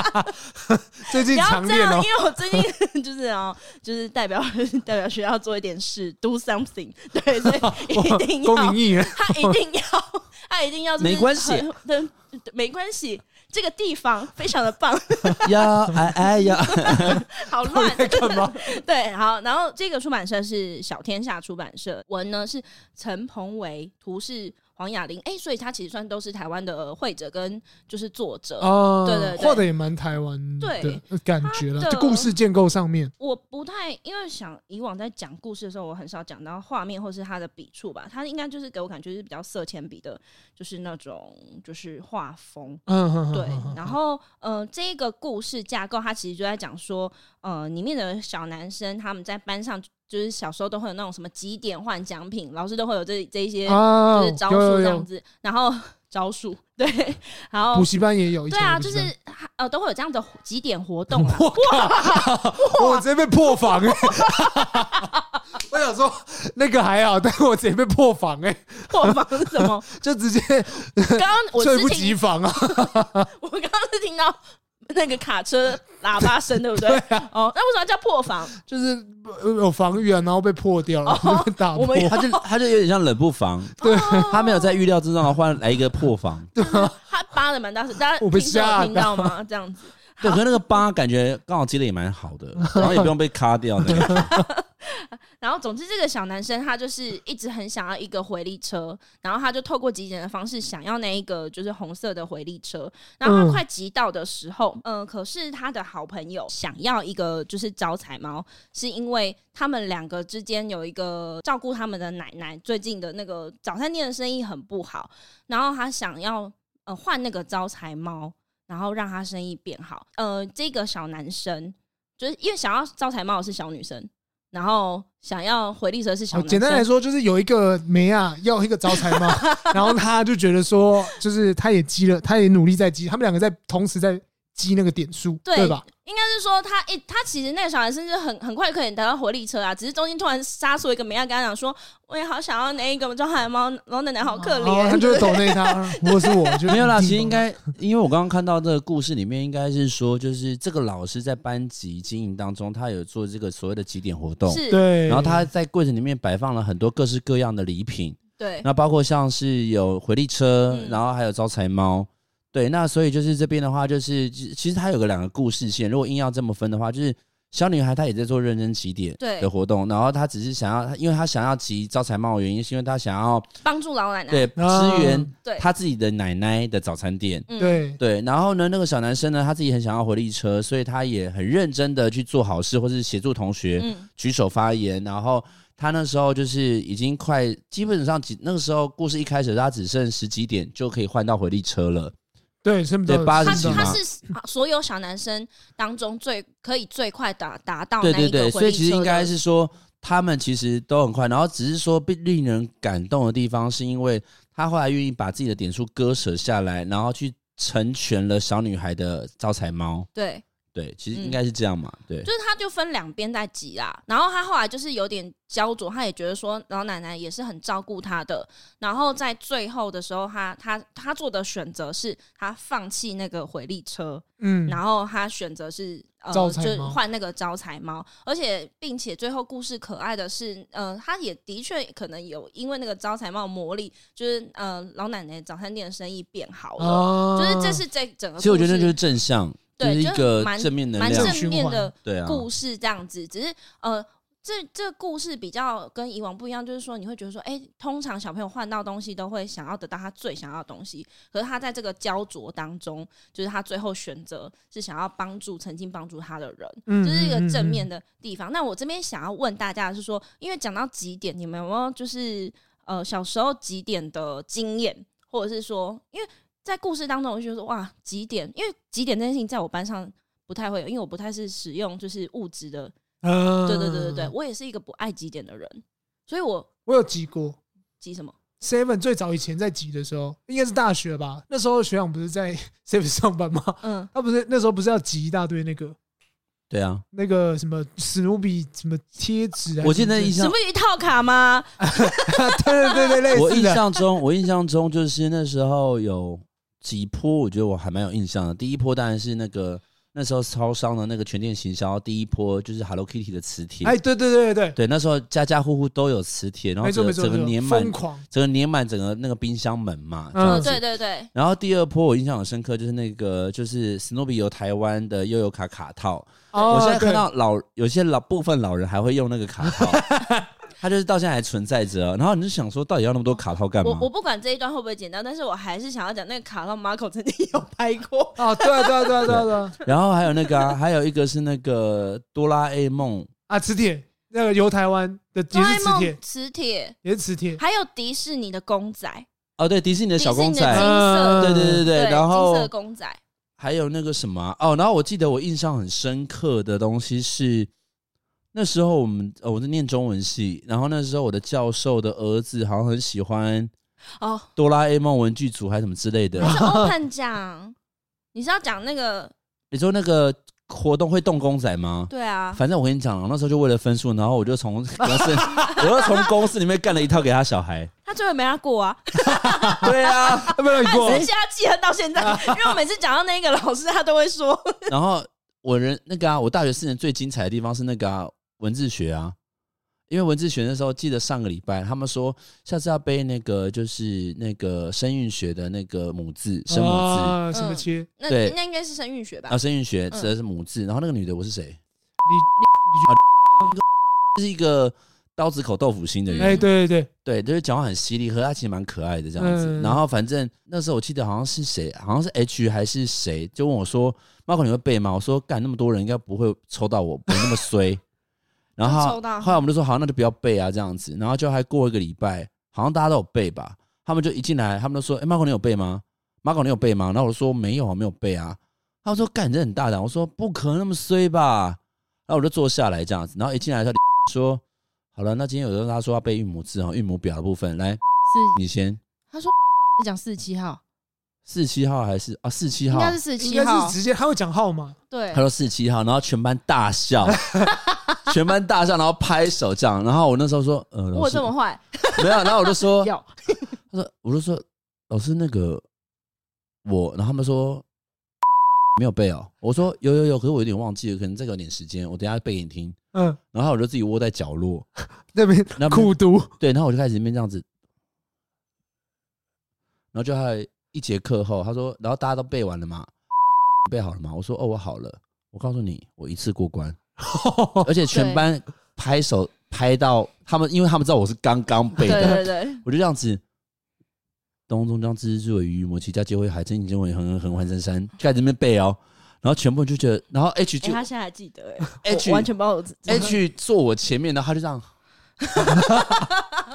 [SPEAKER 3] 最近
[SPEAKER 2] 不要
[SPEAKER 3] 常
[SPEAKER 2] 这
[SPEAKER 3] 练
[SPEAKER 2] 样，
[SPEAKER 3] 哦
[SPEAKER 2] 因，为我最近 就是哦，就是代表 代表学校做一点事，do something，对，所 以一定要
[SPEAKER 3] 公民艺人，
[SPEAKER 2] 他一定要，他一定要，
[SPEAKER 1] 没关系，
[SPEAKER 2] 对，没关系，这个地方非常的棒，
[SPEAKER 1] 呀哎哎呀，
[SPEAKER 2] 好乱，
[SPEAKER 3] 干嘛？
[SPEAKER 2] 对，好，然后这个出版社是小天下出版社，文呢是陈鹏维，图是黄雅玲，哎、所以他其实算都是台湾的绘者跟就是作者。
[SPEAKER 3] 哦，
[SPEAKER 2] 对对对
[SPEAKER 3] 画的也蛮台湾的
[SPEAKER 2] 对
[SPEAKER 3] 感觉
[SPEAKER 2] 他
[SPEAKER 3] 了，
[SPEAKER 2] 的
[SPEAKER 3] 就故事建构上面，
[SPEAKER 2] 我不太因为想以往在讲故事的时候，我很少讲到画面或是他的笔触吧，他应该就是给我感觉是比较色铅笔的，就是那种就是画风。
[SPEAKER 3] 嗯，哼哼
[SPEAKER 2] 对
[SPEAKER 3] 哼，哼
[SPEAKER 2] 然后呃，这个故事架构它其实就在讲说，呃，里面的小男生他们在班上就是小时候都会有那种什么几点换奖品，老师都会有这这一些
[SPEAKER 3] 啊，
[SPEAKER 2] 就是招
[SPEAKER 3] 有有
[SPEAKER 2] 数这
[SPEAKER 3] 有
[SPEAKER 2] 样子，然后招数对，然后
[SPEAKER 3] 补习班也有，以
[SPEAKER 2] 对
[SPEAKER 3] 前
[SPEAKER 2] 啊，
[SPEAKER 3] 我
[SPEAKER 2] 就
[SPEAKER 3] 知道，
[SPEAKER 2] 是呃都会有这样的几点活动啊啦
[SPEAKER 3] 我靠！ 我直接被破防哎、 我想说那个还好，但我直接被破防哎、
[SPEAKER 2] 破防是什 么？
[SPEAKER 3] 就直接
[SPEAKER 2] 刚刚我
[SPEAKER 3] 猝
[SPEAKER 2] 是
[SPEAKER 3] 不及
[SPEAKER 2] 听，
[SPEAKER 3] 防啊！
[SPEAKER 2] 我刚刚是听到。 那个卡车喇叭声，对不 对？
[SPEAKER 3] 啊
[SPEAKER 2] 哦，那为什么叫破防？
[SPEAKER 3] 就是呃有防御啊，然后被破掉了，
[SPEAKER 2] 哦
[SPEAKER 3] 被打
[SPEAKER 2] 我
[SPEAKER 3] 破
[SPEAKER 2] 们。
[SPEAKER 1] 他就他就有点像冷不防，
[SPEAKER 3] 对
[SPEAKER 1] 他没有在预料之中的话来一个破防，对，
[SPEAKER 2] 他扒的蛮大声，大家
[SPEAKER 3] 我被
[SPEAKER 2] 平时有
[SPEAKER 3] 吓
[SPEAKER 2] 听到吗？这样子，
[SPEAKER 1] 可是那个疤感觉刚好接的也蛮好的，然后也不用被卡掉的感觉，
[SPEAKER 2] 然后，总之，这个小男生他就是一直很想要一个回力车，然后他就透过极简的方式想要那一个就是红色的回力车。然后他快急到的时候，嗯、可是他的好朋友想要一个就是招财猫，是因为他们两个之间有一个照顾他们的奶奶，最近的那个早餐店的生意很不好，然后他想要呃换那个招财猫，然后让他生意变好。呃，这个小男生就是因为想要招财猫的是小女生，然后想要回力蛇是小
[SPEAKER 1] 哦
[SPEAKER 3] 好
[SPEAKER 2] 男生。
[SPEAKER 3] 哦简单来说，就是有一个梅啊，要一个招财 猫，然后他就觉得说，就是他也积了，他也努力在积，他们两个在同时在积那个点数，
[SPEAKER 2] 对
[SPEAKER 3] 对吧？
[SPEAKER 2] 应该是说他一、他其实那个小男生就很很快可以达到回力车啊，只是中间突然杀出一个梅亚跟他讲说，我也好想要那一个招财猫，然后奶奶好可怜、
[SPEAKER 3] 哦他就会抖 那他，如果是我，就
[SPEAKER 1] 没有啦，
[SPEAKER 3] 一定
[SPEAKER 1] 其实
[SPEAKER 3] 懂
[SPEAKER 1] 应该，因为我刚刚看到这个故事里面，应该是说，就是这个老师在班级经营当中，他有做这个所谓的几点活动，
[SPEAKER 2] 是，
[SPEAKER 3] 对，
[SPEAKER 1] 然后他在柜子里面摆放了很多各式各样的礼品，
[SPEAKER 2] 对，
[SPEAKER 1] 那包括像是有回力车，
[SPEAKER 2] 嗯
[SPEAKER 1] 然后还有招财猫。对，那所以就是这边的话，就是其实它有个两个故事线，如果硬要这么分的话，就是小女孩她也在做认真起点
[SPEAKER 2] 对
[SPEAKER 1] 的活动，然后她只是想要，因为她想要集招财猫的原因，是因为她想要
[SPEAKER 2] 帮助老奶奶，
[SPEAKER 1] 对支援
[SPEAKER 2] 啊对
[SPEAKER 1] 她自己的奶奶的早餐店，
[SPEAKER 2] 嗯，
[SPEAKER 3] 啊对，
[SPEAKER 1] 对，然后呢，那个小男生呢，他自己很想要回力车，所以他也很认真的去做好事，或是协助同学、
[SPEAKER 2] 嗯，
[SPEAKER 1] 举手发言。然后他那时候就是已经快，基本上几那个时候故事一开始，他只剩十几点就可以换到回力车了。
[SPEAKER 3] 对，是不是
[SPEAKER 1] 对八
[SPEAKER 2] 他
[SPEAKER 1] 十几
[SPEAKER 2] 他
[SPEAKER 1] 嘛
[SPEAKER 2] 是啊所有小男生当中最可以最快达达到哦那
[SPEAKER 1] 对
[SPEAKER 2] 一个
[SPEAKER 1] 对对，
[SPEAKER 2] 回
[SPEAKER 1] 所以
[SPEAKER 2] 力
[SPEAKER 1] 其实
[SPEAKER 2] 车
[SPEAKER 1] 应该
[SPEAKER 2] 的
[SPEAKER 1] 是说，他们其实都很快，然后只是说被令人感动的地方，是因为她后来愿意把自己的点数割舍下来，然后去成全了小女孩的招财猫。
[SPEAKER 2] 对，
[SPEAKER 1] 对，其实应该是这样嘛。对
[SPEAKER 2] 就，是他就分两边在挤啦，然后他后来就是有点焦灼，他也觉得说老奶奶也是很照顾他的，然后在最后的时候他，他他做的选择是他放弃那个回力车，
[SPEAKER 3] 嗯，
[SPEAKER 2] 然后他选择是呃，
[SPEAKER 3] 招
[SPEAKER 2] 就
[SPEAKER 3] 财
[SPEAKER 2] 是
[SPEAKER 3] 猫
[SPEAKER 2] 换那个招财猫，而且并且最后故事可爱的是，呃，他也的确可能有因为那个招财猫的魔力，就是呃老奶奶早餐店的生意变好了，
[SPEAKER 3] 啊
[SPEAKER 2] 就是这是这整个故事，
[SPEAKER 1] 哦其实我觉得那就是正向，就
[SPEAKER 2] 对
[SPEAKER 1] 是一个
[SPEAKER 2] 就蛮
[SPEAKER 1] 正面能
[SPEAKER 2] 蛮
[SPEAKER 1] 量。
[SPEAKER 2] 正面
[SPEAKER 3] 循环
[SPEAKER 2] 的。
[SPEAKER 1] 对啊，
[SPEAKER 2] 故事这样子，只是呃，这这故事比较跟以往不一样，就是说你会觉得说，哎、通常小朋友换到东西都会想要得到他最想要的东西，可是他在这个焦灼当中，就是他最后选择是想要帮助曾经帮助他的人，
[SPEAKER 3] 嗯
[SPEAKER 2] 这是一个正面的地方。那我这边想要问大家的是说，因为讲到几点，你们有没有就是呃小时候几点的经验，或者是说，因为在故事当中，我就觉得说哇，几点，因为几点这件事情在我班上不太会有，因为我不太是使用就是物质的，
[SPEAKER 3] 嗯，
[SPEAKER 2] 对
[SPEAKER 3] 对
[SPEAKER 2] 对对对对，，我也是一个不爱几点的人，所以我
[SPEAKER 3] 我有集过。
[SPEAKER 2] 几什么？
[SPEAKER 3] Seven 最早以前在集的时候，应该是大学吧？那时候学长不是在 Seven 上班吗？
[SPEAKER 2] 嗯，
[SPEAKER 3] 他不是那时候不是要集一大堆那个
[SPEAKER 1] 对啊，
[SPEAKER 3] 那个什么史努比什么贴纸啊？
[SPEAKER 1] 我记得印
[SPEAKER 2] 什
[SPEAKER 1] 象
[SPEAKER 2] 么，一套卡吗？
[SPEAKER 3] 对对对对，类
[SPEAKER 1] 我
[SPEAKER 3] 似
[SPEAKER 1] 印
[SPEAKER 3] 的。
[SPEAKER 1] 象中，我印象中就是那时候有几波，我觉得我还蛮有印象的。第一波当然是那个那时候超商的那个全店行销，第一波就是 Hello Kitty 的磁铁。
[SPEAKER 3] 哎，对对对对
[SPEAKER 1] 对，那时候家家户户都有磁铁，然后
[SPEAKER 3] 没错
[SPEAKER 1] 整
[SPEAKER 3] 没
[SPEAKER 1] 个
[SPEAKER 3] 错，
[SPEAKER 1] 整个
[SPEAKER 3] 没错
[SPEAKER 1] 年满
[SPEAKER 3] 疯狂，
[SPEAKER 1] 整个年满整个那个冰箱门嘛。
[SPEAKER 3] 嗯
[SPEAKER 2] 哦，
[SPEAKER 3] 是
[SPEAKER 2] 对对对，
[SPEAKER 1] 然后第二波我印象很深刻，就是那个就是史努比有台湾的悠游卡卡套，
[SPEAKER 3] 哦
[SPEAKER 1] 我现在看
[SPEAKER 3] 对
[SPEAKER 1] 到老有些老部分老人还会用那个卡 套，它就是到现在还存在着哦。然后你就想说，到底要那么多卡套干
[SPEAKER 2] 我
[SPEAKER 1] 嘛？
[SPEAKER 2] 我不管这一段会不会剪掉，但是我还是想要讲那个卡到 Marco 曾经 有拍过。
[SPEAKER 3] 哦，对啊对啊对啊对啊对啊
[SPEAKER 1] 然后还有那个、啊，还有一个是那个哆啦 A 梦，
[SPEAKER 3] 啊，磁铁那个游台湾的
[SPEAKER 2] 哆
[SPEAKER 3] 也
[SPEAKER 2] 啦
[SPEAKER 3] 是
[SPEAKER 2] A
[SPEAKER 3] 磁
[SPEAKER 2] 梦
[SPEAKER 3] 铁，
[SPEAKER 2] 磁铁，
[SPEAKER 3] 也是磁铁，
[SPEAKER 2] 还有迪士尼的公仔，
[SPEAKER 1] 哦，对，迪士尼的小公
[SPEAKER 2] 迪士尼的
[SPEAKER 1] 仔，
[SPEAKER 3] 嗯
[SPEAKER 1] 对对对对，然
[SPEAKER 2] 金色
[SPEAKER 1] 后
[SPEAKER 2] 公仔，
[SPEAKER 1] 还有那个什么啊、哦，然后我记得我印象很深刻的东西是。那时候我们、呃我在念中文系，然后那时候我的教授的儿子好像很喜欢
[SPEAKER 2] 哦，
[SPEAKER 1] 哆啦 A 梦文具组还是什么之类的
[SPEAKER 2] 不。是 Open 讲， 你是要讲那个？
[SPEAKER 1] 你说那个活动会动公仔吗？
[SPEAKER 2] 对啊，
[SPEAKER 1] 反正我跟你讲，我那时候就为了分数，然后我就从公司，我就从公司里面干了一套给他小孩。
[SPEAKER 2] 他最后没让过啊，
[SPEAKER 1] 对啊，
[SPEAKER 3] 没有你
[SPEAKER 2] 他
[SPEAKER 3] 过
[SPEAKER 2] 只是现在记恨到现 在，因为我每次讲到那个老师，他都会说，
[SPEAKER 1] 然后我人那个啊，我大学四年最精彩的地方是那个、啊、文字学啊，因为文字学那时候记得上个礼拜他们说下次要背那个就是那个声韵学的那个母字声母字。
[SPEAKER 3] 啊，什么
[SPEAKER 2] 嗯
[SPEAKER 3] 切？
[SPEAKER 2] 那
[SPEAKER 1] 对
[SPEAKER 2] 那应该是声韵学吧
[SPEAKER 1] 啊，？声韵学
[SPEAKER 2] 嗯
[SPEAKER 1] 指的是母字，然后那个女的我是谁？
[SPEAKER 3] 你
[SPEAKER 1] 就是一个刀子口豆腐心的
[SPEAKER 3] 你
[SPEAKER 1] 人，
[SPEAKER 3] 哎，对对对，
[SPEAKER 1] 对，就是讲话很犀利，和她其实蛮可爱的这样子。
[SPEAKER 3] 嗯
[SPEAKER 1] 然后反正那时候我记得好像是谁，好像是 H 还是谁，就问我说：“Marco 你会背吗？”我说：“干那么多人应该不会抽到我，不会那 么衰。”然后
[SPEAKER 2] 就
[SPEAKER 1] 后
[SPEAKER 2] 抽到
[SPEAKER 1] 后来我们就说：“好，那就不要背啊，这样子。”然后就还过一个礼拜，好像大家都有背吧。他们就一进来，他们都说：“哎、m a r c o 你有背吗？Marco 你有背吗？”然后我说：“没有啊，没有背啊。”他们说：“干，你这很大胆。”我说：“不可能那么衰吧。”然后我就坐下来这样子，然后一进来他就说：“好了，那今天有人他说要背韵母字哦，韵母表的部分，来
[SPEAKER 5] 四，
[SPEAKER 1] 你先
[SPEAKER 5] 他说是讲四十七号，
[SPEAKER 1] 四七号还是啊四七
[SPEAKER 5] 应
[SPEAKER 1] 号
[SPEAKER 5] 该？是四十
[SPEAKER 3] 应
[SPEAKER 5] 七
[SPEAKER 3] 该
[SPEAKER 5] 号
[SPEAKER 3] 是，直接他会讲号码，
[SPEAKER 5] 对
[SPEAKER 1] 他，说四七号，然后全班 大笑，全班大笑，然后拍手这样。然后我那时候说，呃，老
[SPEAKER 5] 我
[SPEAKER 1] 师
[SPEAKER 5] 这么坏，
[SPEAKER 1] 没有，然后我就 说，
[SPEAKER 5] 有
[SPEAKER 1] 他说，我就说，老师那个我，然后他们说 没有背哦，我说有有有，可是我有点忘记了，可能再给我点时间，我等一下背给你听。
[SPEAKER 3] 嗯，
[SPEAKER 1] 然后我就自己窝在角落，
[SPEAKER 3] 那边
[SPEAKER 1] 那边
[SPEAKER 3] 苦读，
[SPEAKER 1] 对，然后我就开始里面这样子，然后就还一节课后，他说，然后大家都背完了吗？背好了吗？我说，哦，我好了。我告诉你，我一次过关，而且全班拍手拍到他们，因为他们知道我是刚刚背
[SPEAKER 2] 对
[SPEAKER 1] 的，
[SPEAKER 2] 对对，
[SPEAKER 1] 我就这样子。东中将之之为鱼，摩其家皆为海，真井真为横横环山山，就开始那边背哦。然后全部人就觉得，然后 H
[SPEAKER 2] 哎，
[SPEAKER 1] 就
[SPEAKER 2] 他现在还记得，哎，
[SPEAKER 1] H
[SPEAKER 2] 我完全不知道我
[SPEAKER 1] H 坐我前面，然后他就 这样，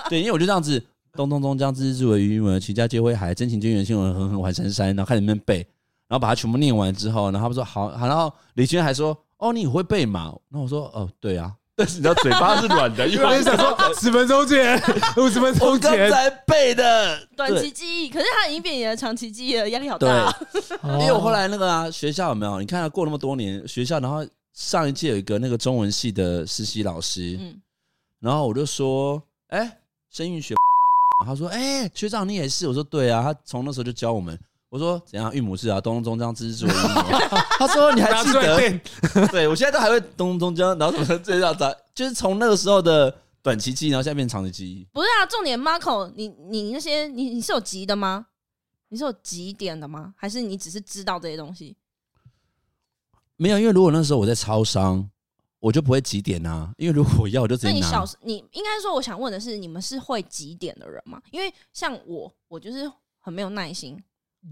[SPEAKER 1] 对，因为我就这样子，咚咚咚，将之之为鱼文，其家皆为海，真情真缘，新闻狠狠还山山，然后开始面背，然后把它全部念完之后，然后他们说好，好然后李轩还说，哦，你会背嘛？然后我说，哦，对啊，但是你知道嘴巴是软的，因
[SPEAKER 3] 我
[SPEAKER 1] 为
[SPEAKER 3] 就想说十分 钟前，五十分
[SPEAKER 1] 我
[SPEAKER 3] 钟
[SPEAKER 1] 刚
[SPEAKER 3] 前，
[SPEAKER 1] 才背的
[SPEAKER 2] 短
[SPEAKER 1] 对
[SPEAKER 2] 期记忆，可是他已经变你的长期记忆了，压力好大
[SPEAKER 1] 对
[SPEAKER 2] 哦。，
[SPEAKER 3] 因
[SPEAKER 1] 因为我后来那个啊，学校有没有？你看、过那么多年，学校然后上一届有一个那个中文系的实习老师，
[SPEAKER 2] 嗯，
[SPEAKER 1] 然后我就说，哎、声韵学，他说，哎、学长你也是，我说对啊，他从那时候就教我们。我说怎样韵母是啊，东东中央之之为韵母。 他说你还
[SPEAKER 3] 拿
[SPEAKER 1] 记
[SPEAKER 3] 出来
[SPEAKER 1] 得？
[SPEAKER 3] 练，
[SPEAKER 1] 对我现在都还会东东中央，然后什么这样子啊，就是从那个时候的短期记忆，然后现在变长期记忆。
[SPEAKER 2] 不是啊，重点 Marco，你你那些你你是有急的吗？你是有急点的吗？还是你只是知道这些东西？
[SPEAKER 1] 没有，因为如果那时候我在超商，我就不会几点啊，因为如果我要我就直
[SPEAKER 2] 那
[SPEAKER 1] 接
[SPEAKER 2] 你
[SPEAKER 1] 拿。
[SPEAKER 2] 小时，你应该说，我想问的是，你们是会几点的人吗？因为像我，我就是很没有耐心。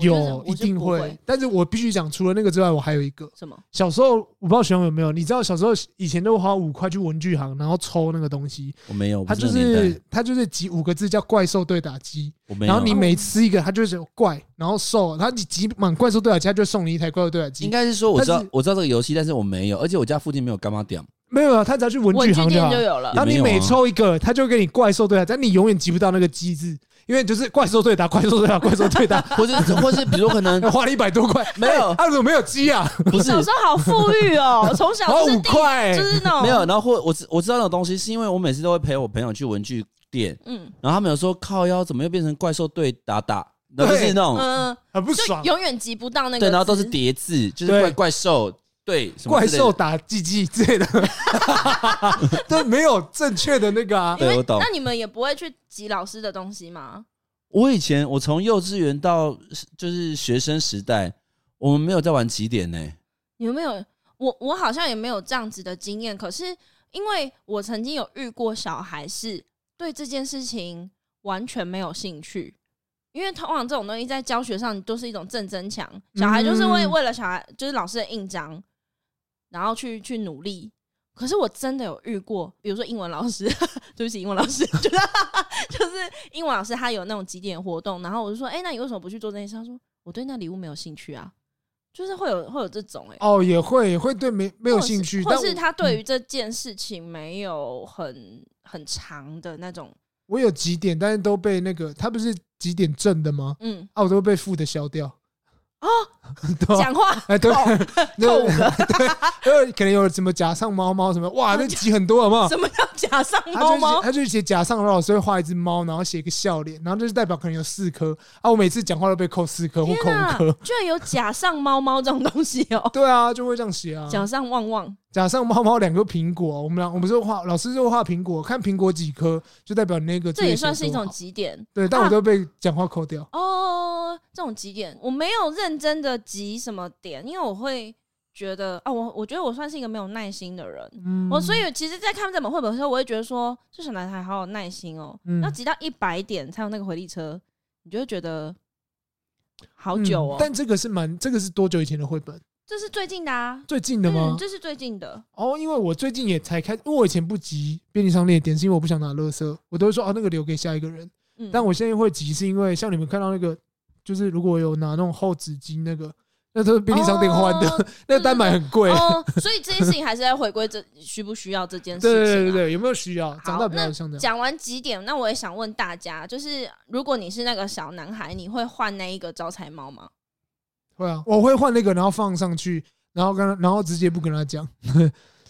[SPEAKER 3] 有
[SPEAKER 2] 我就是
[SPEAKER 3] 一定
[SPEAKER 2] 我就不
[SPEAKER 3] 会
[SPEAKER 2] 会。
[SPEAKER 3] 但是我必须讲，除了那个之外，我还有一个。
[SPEAKER 2] 什么？
[SPEAKER 3] 小时候我不知道熊有没有，你知道小时候以前都花五块去文具行，然后抽那个东西，
[SPEAKER 1] 我没有，
[SPEAKER 3] 它就
[SPEAKER 1] 我不那个年代
[SPEAKER 3] 是它就是集五个字叫怪兽对打机，
[SPEAKER 1] 我没有。啊
[SPEAKER 3] 然后你每吃一个，它就是有怪，然后兽，它你集满怪兽对打机，它就送你一台怪兽对打机。
[SPEAKER 1] 应该是说我知
[SPEAKER 3] 但
[SPEAKER 1] 道
[SPEAKER 3] 是
[SPEAKER 1] 我知道这个游戏，但是我没有，而且我家附近没有干妈 店，
[SPEAKER 3] 没有，啊它只要去文具
[SPEAKER 2] 文具
[SPEAKER 3] 行就
[SPEAKER 2] 店
[SPEAKER 3] 好
[SPEAKER 2] 就。有了
[SPEAKER 1] 也
[SPEAKER 3] 然。后
[SPEAKER 1] 没
[SPEAKER 3] 你
[SPEAKER 1] 有啊
[SPEAKER 3] 每抽一个，它就给你怪兽对打，但你永远集不到那个机制，因为就是怪兽对打、怪兽对打、怪兽 对打，
[SPEAKER 1] 或是或是比如说可能
[SPEAKER 3] 要花了一百多块。
[SPEAKER 1] 没有
[SPEAKER 3] 啊，怎么没有鸡啊？
[SPEAKER 1] 不是
[SPEAKER 2] 小时候好富裕哦， 从小
[SPEAKER 3] 花
[SPEAKER 2] 就是
[SPEAKER 3] 五
[SPEAKER 2] 第
[SPEAKER 3] 块
[SPEAKER 2] 就，是那种
[SPEAKER 1] 欸没有，然后或我知我知道那种东西，是因为我每次都会陪我朋友去文具店，
[SPEAKER 2] 嗯
[SPEAKER 1] 然后他们有说靠腰怎么又变成怪兽对打打，然后就
[SPEAKER 3] 对
[SPEAKER 1] 是那种、
[SPEAKER 2] 嗯，
[SPEAKER 3] 很不
[SPEAKER 2] 就
[SPEAKER 3] 爽。
[SPEAKER 2] 永远及不到那个字。
[SPEAKER 1] 哦对，然后都是叠字，就是
[SPEAKER 3] 对
[SPEAKER 1] 怪怪兽对什么
[SPEAKER 3] 怪
[SPEAKER 1] 之类的
[SPEAKER 3] 兽打鸡鸡之类的， 但没有正确的那个啊。
[SPEAKER 2] 因为
[SPEAKER 1] 对我懂
[SPEAKER 2] 那你们也不会去挤老师的东西吗？
[SPEAKER 1] 我以前我从幼稚园到就是学生时代，我们没有在玩几点呢、
[SPEAKER 2] 你有没有？我我好像也没有这样子的经验，可是因为我曾经有遇过小孩是对这件事情完全没有兴趣，因为通常这种东西在教学上都是一种正增强，小孩就是为、
[SPEAKER 3] 嗯
[SPEAKER 2] 为了小孩就是老师的印章，然后去去努力。可是我真的有遇过，比如说英文老师， 对不起，英文老师， 就是就是英文老师，他有那种几点活动，然后我就说，哎、那你为什么不去做这件事？他说，我对那礼物没有兴趣啊，就是会有会有这种、哎。
[SPEAKER 3] 哦，也会也会对没没
[SPEAKER 2] 没
[SPEAKER 3] 有兴趣，
[SPEAKER 2] 或
[SPEAKER 3] 但
[SPEAKER 2] 是
[SPEAKER 3] 我嗯
[SPEAKER 2] 他对于这件事情没有很很长的那种，
[SPEAKER 3] 我有几点，但是都被那个他不是几点正的吗？
[SPEAKER 2] 嗯，
[SPEAKER 3] 啊，我都被负的消掉。
[SPEAKER 2] 哦，
[SPEAKER 3] 对啊，
[SPEAKER 2] 讲话
[SPEAKER 3] 哎， 对，
[SPEAKER 2] 扣
[SPEAKER 3] 对，
[SPEAKER 2] 个
[SPEAKER 3] 对可能有什么假上猫猫什么，哇，那集很多好不 好？
[SPEAKER 2] 什么叫假上
[SPEAKER 3] 他就
[SPEAKER 2] 猫
[SPEAKER 3] 是哎
[SPEAKER 2] 猫？
[SPEAKER 3] 他就是写假上，然后老师会画一只猫，然后写一个笑脸，然后就是代表可能有四颗啊。我每次讲话都被扣四颗或
[SPEAKER 2] 天
[SPEAKER 3] 扣
[SPEAKER 2] 哪
[SPEAKER 3] 五颗，，
[SPEAKER 2] 居然有假上猫猫这种东西 哦！
[SPEAKER 3] 对啊，就会这样写啊。
[SPEAKER 2] 假上旺旺，
[SPEAKER 3] 假上猫猫两个苹果，我们俩我们就画老师就画苹果，看苹果几颗就代表你那个
[SPEAKER 2] 这
[SPEAKER 3] 作
[SPEAKER 2] 也
[SPEAKER 3] 业写
[SPEAKER 2] 算是一
[SPEAKER 3] 多
[SPEAKER 2] 种
[SPEAKER 3] 好
[SPEAKER 2] 极点
[SPEAKER 3] 对，但
[SPEAKER 2] 啊
[SPEAKER 3] 我都被讲话扣掉。
[SPEAKER 2] 哦。这种极点，我没有认真的集什么点，因为我会觉得啊，我我觉得我算是一个没有耐心的人，
[SPEAKER 3] 嗯，
[SPEAKER 2] 哦我所以其实，在看这本绘本的时候，我会觉得说，这小男孩好有耐心哦，
[SPEAKER 3] 嗯
[SPEAKER 2] 要挤到一百点才有那个回力车，你就会觉得好久哦
[SPEAKER 3] 嗯。但这个是蛮这个是多久以前的绘本？
[SPEAKER 2] 这是最近的啊，
[SPEAKER 3] 最近的吗
[SPEAKER 2] 嗯，？这是最近的。
[SPEAKER 3] 哦，因为我最近也才开，因为我以前不集便利商店的点，是因为我不想拿垃圾，我都会说哦那个留给下一个人。
[SPEAKER 2] 嗯，
[SPEAKER 3] 但我现在会急，是因为像你们看到那个，就是如果有拿那种厚纸巾那个，那都是便利商店换的，
[SPEAKER 2] 哦
[SPEAKER 3] 那个单买很贵。
[SPEAKER 2] 哦，所以这件事情还是要回归这需不需要这件事
[SPEAKER 3] 对
[SPEAKER 2] 情、啊。
[SPEAKER 3] 对对对对，有没有需要？
[SPEAKER 2] 好
[SPEAKER 3] 长大不要像这样。
[SPEAKER 2] 讲完几点，那我也想问大家，就是如果你是那个小男孩，你会换那一个招财猫吗？
[SPEAKER 3] 会啊，我会换那个，然后放上去，然后跟他，然后直接不跟他讲，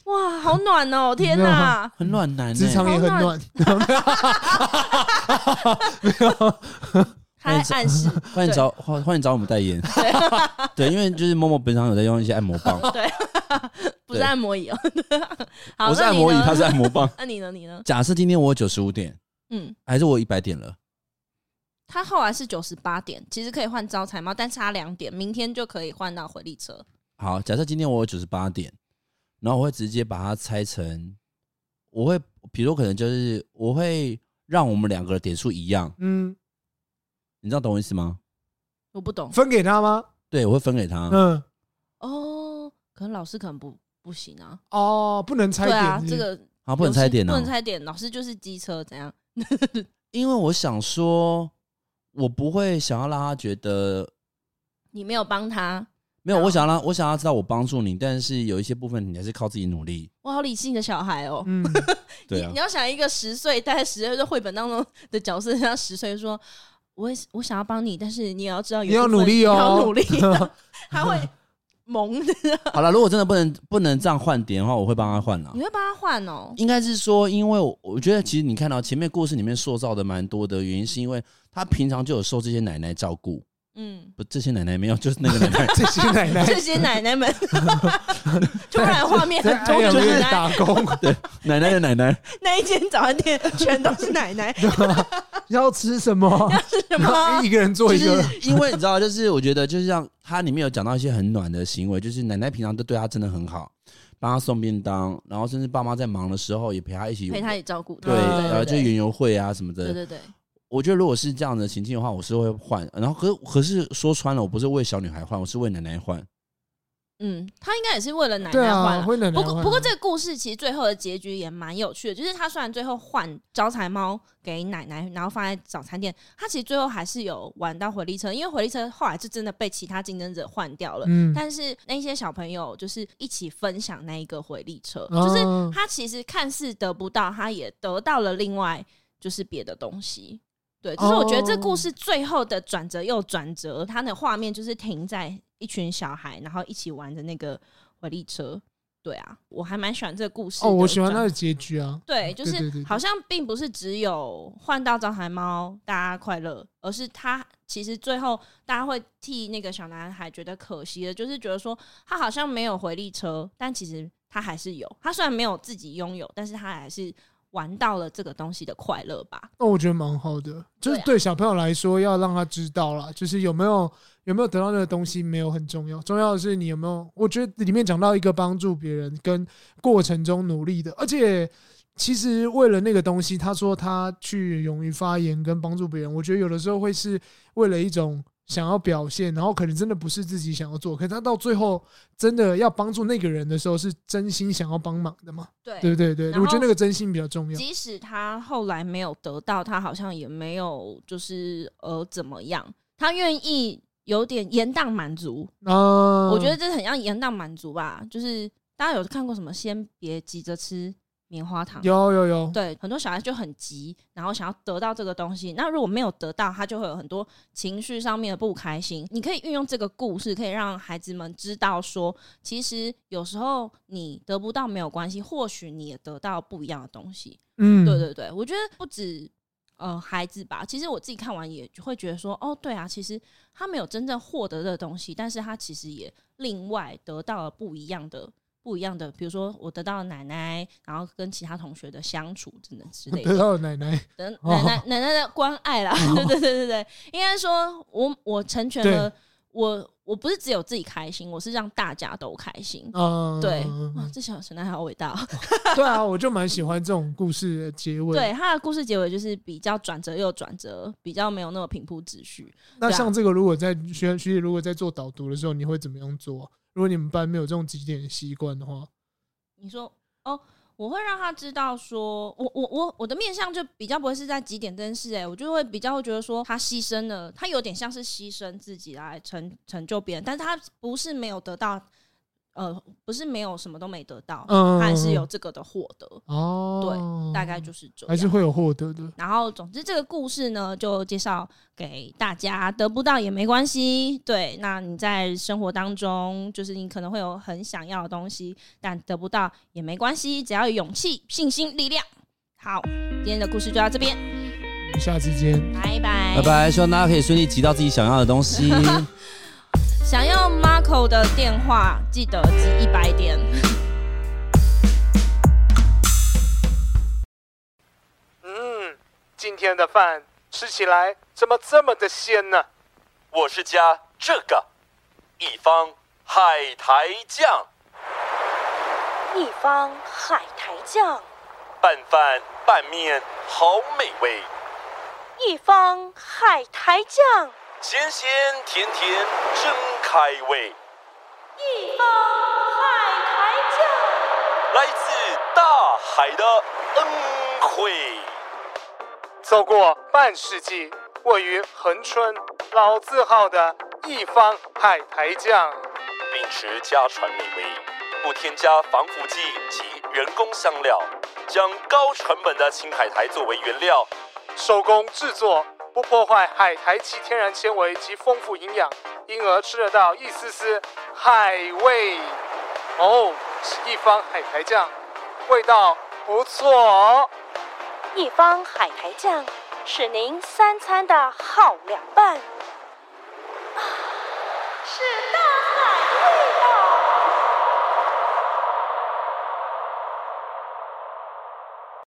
[SPEAKER 2] 哇，好暖 哦！天
[SPEAKER 3] 没有
[SPEAKER 2] 哪
[SPEAKER 3] 啊，
[SPEAKER 1] 很暖男、欸。
[SPEAKER 2] 嗯
[SPEAKER 3] 职场也很
[SPEAKER 2] 哦
[SPEAKER 3] 暖。
[SPEAKER 2] 还暗 示
[SPEAKER 1] 欢迎找欢欢迎找我们代 言。对，因为就是默默平常有在用一些按摩棒，
[SPEAKER 2] 不是按摩椅哦。 好，
[SPEAKER 1] 我是
[SPEAKER 2] 那
[SPEAKER 1] 按
[SPEAKER 2] 你
[SPEAKER 1] 摩椅，
[SPEAKER 2] 呢。
[SPEAKER 1] 他是按摩棒
[SPEAKER 2] 那你呢？你呢？
[SPEAKER 1] 假设今天我有九十五点，
[SPEAKER 2] 嗯，
[SPEAKER 1] 还是我一百点了？
[SPEAKER 2] 他后来是九十八点，其实可以换招财猫，但差两点，明天就可以换到回力车。
[SPEAKER 1] 好，假设今天我有九十八点，然后我会直接把它拆成，我会比如可能就是我会让我们两个的点数一样，
[SPEAKER 3] 嗯，
[SPEAKER 1] 你知道懂我意思吗？
[SPEAKER 2] 我不懂
[SPEAKER 3] 分给他吗？
[SPEAKER 1] 对，我会分给他。
[SPEAKER 3] 嗯，
[SPEAKER 2] 哦，可能老师可能不不行啊。
[SPEAKER 3] 哦，不能拆
[SPEAKER 2] 对啊
[SPEAKER 3] 点，，
[SPEAKER 2] 这个
[SPEAKER 1] 好，不能拆点
[SPEAKER 2] 不
[SPEAKER 1] 哦、
[SPEAKER 2] 能拆点，老师就是机车怎样？
[SPEAKER 1] 因为我想说，我不会想要让他觉得
[SPEAKER 2] 你没有帮他，
[SPEAKER 4] 没有，我想
[SPEAKER 2] 嗯
[SPEAKER 4] 让我想要知道我帮助你，但是有一些部分你还是靠自己努力。
[SPEAKER 2] 我好理性的小孩哦。
[SPEAKER 3] 嗯，
[SPEAKER 4] 对
[SPEAKER 2] 你
[SPEAKER 4] 啊
[SPEAKER 2] 你，要想一个十岁，大概十岁的绘本当中的角色，他十岁说：“我我想要帮你，但是你也要知道有
[SPEAKER 3] 你要
[SPEAKER 2] 部分
[SPEAKER 3] 努力哦。
[SPEAKER 2] 你 要努力。”他会萌的，
[SPEAKER 4] 好了，如果真的不能不能这样换点的话，我会帮他换啦
[SPEAKER 2] 你。会帮他换哦。
[SPEAKER 4] 应该是说，因为我我觉得其实你看到前面故事里面塑造的蛮多的原因，是因为他平常就有受这些奶奶照顾，
[SPEAKER 2] 嗯，
[SPEAKER 4] 不，这些奶奶没有，就是那个奶奶
[SPEAKER 3] 这些奶 奶
[SPEAKER 2] 这些奶奶们，突然画面
[SPEAKER 3] 在
[SPEAKER 2] 很多个
[SPEAKER 3] 安养
[SPEAKER 2] 奶
[SPEAKER 3] 院
[SPEAKER 2] 奶，
[SPEAKER 3] 打工，
[SPEAKER 4] 奶奶的奶 奶，
[SPEAKER 2] 那一间早餐店全都是奶 奶，
[SPEAKER 3] 要吃什么？
[SPEAKER 2] 是什么？
[SPEAKER 3] 一个人做
[SPEAKER 4] 就
[SPEAKER 3] 一个
[SPEAKER 4] 是，因为你知道，就是我觉得，就是像它里面有讲到一些很暖的行为，就是奶奶平常都对他真的很好，帮他送便当，然后甚至爸妈在忙的时候也陪他一起，
[SPEAKER 2] 陪他也照顾他，
[SPEAKER 4] 对，
[SPEAKER 3] 啊
[SPEAKER 4] 然后就园游会啊什么
[SPEAKER 2] 对
[SPEAKER 4] 的。
[SPEAKER 2] 对对，
[SPEAKER 4] 我觉得如果是这样的情境的话，我是会换。然后可可是说穿了，我不是为小女孩换，我是为奶奶换。
[SPEAKER 2] 嗯，他应该也是为了奶
[SPEAKER 3] 对
[SPEAKER 2] 奶换
[SPEAKER 3] 啊，
[SPEAKER 2] 了。
[SPEAKER 3] 会奶奶
[SPEAKER 2] 不
[SPEAKER 3] 换。
[SPEAKER 2] 过，不过这个故事其实最后的结局也蛮有趣的，就是他虽然最后换招财猫给奶奶，然后放在早餐店，他其实最后还是有玩到回力车，因为回力车后来就真的被其他竞争者换掉了。
[SPEAKER 3] 嗯，
[SPEAKER 2] 但是那些小朋友就是一起分享那一个回力车，
[SPEAKER 3] 哦
[SPEAKER 2] 就是他其实看似得不到，他也得到了另外就是别的东西。
[SPEAKER 3] 哦
[SPEAKER 2] 对，就是我觉得这故事最后的转折又转折，它的画面就是停在一群小孩，然后一起玩着那个回力车。对啊，我还蛮喜欢这个故事的
[SPEAKER 3] 哦，
[SPEAKER 2] 转。
[SPEAKER 3] 我喜欢他的结局啊，
[SPEAKER 2] 对，就
[SPEAKER 3] 对对
[SPEAKER 2] 是
[SPEAKER 3] 对对
[SPEAKER 2] 好像并不是只有换到招财猫大家快乐，而是他其实最后大家会替那个小男孩觉得可惜的，就是觉得说他好像没有回力车，但其实他还是有。他虽然没有自己拥有，但是他还是玩到了这个东西的快乐吧。
[SPEAKER 3] 那我觉得蛮好的，就是
[SPEAKER 2] 对啊
[SPEAKER 3] 对小朋友来说，要让他知道啦，就是有没有有没有得到那个东西没有很重要，重要的是你有没有。我觉得里面讲到一个帮助别人跟过程中努力的，而且其实为了那个东西，他说他去勇于发言跟帮助别人，我觉得有的时候会是为了一种。想要表现，然后可能真的不是自己想要做，可是他到最后真的要帮助那个人的时候，是真心想要帮忙的嘛？
[SPEAKER 2] 对
[SPEAKER 3] 对对对，
[SPEAKER 2] 然后
[SPEAKER 3] 我觉得那个真心比较重要。
[SPEAKER 2] 即使他后来没有得到，他好像也没有就是呃怎么样，他愿意有点延宕满足，
[SPEAKER 3] 啊、
[SPEAKER 2] 我觉得这很像延宕满足吧，就是大家有看过什么“先别急着吃棉花糖”，
[SPEAKER 3] 有有有，
[SPEAKER 2] 啊对，很多小孩就很急，然后想要得到这个东西。那如果没有得到，他就会有很多情绪上面的不开心。你可以运用这个故事，可以让孩子们知道说，其实有时候你得不到没有关系，或许你也得到不一样的东西。
[SPEAKER 3] 嗯，
[SPEAKER 2] 对对对，我觉得不止呃孩子吧，其实我自己看完也会觉得说，哦，对啊，其实他没有真正获得的东西，但是他其实也另外得到了不一样的。不一样的，比如说我得到了奶奶，然后跟其他同学的相处，真的之类的
[SPEAKER 3] 得， 到了奶奶，
[SPEAKER 2] 等
[SPEAKER 3] 哦
[SPEAKER 2] 奶奶、奶奶的关爱啦，对 对对对对，应该说我我成全了我，我不是只有自己开心，我是让大家都开心。
[SPEAKER 3] 嗯，
[SPEAKER 2] 对，哇，这小神奶好伟大、哦。
[SPEAKER 3] 对啊，我就蛮喜欢这种故事的结尾。，
[SPEAKER 2] 对，它的故事结尾就是比较转折又转折，比较没有那么平铺直叙。
[SPEAKER 3] 那
[SPEAKER 2] 对啊
[SPEAKER 3] 像这个，如果在学学姐如果在做导读的时候，你会怎么样做啊？如果你们班没有这种几点的习惯的话，
[SPEAKER 2] 你说哦，我会让他知道说，我我我我的面向就比较不会是在几点真是哎、我就会比较会觉得说他牺牲了，他有点像是牺牲自己来成成就别人，但是他不是没有得到，呃，不是没有什么都没得到，
[SPEAKER 3] 嗯
[SPEAKER 2] 他还是有这个的获得，
[SPEAKER 3] 哦，
[SPEAKER 2] 大概就是这样。
[SPEAKER 3] 还是会有获得的。
[SPEAKER 2] 然后，总之这个故事呢，就介绍给大家，得不到也没关系。对，那你在生活当中，就是你可能会有很想要的东西，但得不到也没关系，只要有勇气、信心、力量。好，今天的故事就到这边，
[SPEAKER 3] 我们下次见。
[SPEAKER 2] 拜拜
[SPEAKER 4] 拜。拜，希望大家可以顺利集到自己想要的东西。
[SPEAKER 2] 想要 Marco 的电话，记得记一百点。
[SPEAKER 6] 嗯，今天的饭吃起来怎么这么的鲜呢？
[SPEAKER 7] 我是加这个，一方海苔酱，
[SPEAKER 8] 一方海苔酱，
[SPEAKER 7] 拌饭拌面好美味，
[SPEAKER 8] 一方海苔酱，
[SPEAKER 7] 咸咸甜甜真开胃，
[SPEAKER 8] 一方海苔酱。
[SPEAKER 7] 来自大海的恩惠。
[SPEAKER 6] 走过半世纪，位于恒春老字号的一方海苔酱。
[SPEAKER 7] 秉持家传美味，不添加防腐剂及人工香料，将高成本的青海苔作为原料，
[SPEAKER 6] 手工制作，不破坏海苔其天然纤维及丰富营养，因而吃得到一丝丝海味。哦，是一方海苔酱，味道不错哦。
[SPEAKER 8] 一方海苔酱是您三餐的好凉拌。啊，是大。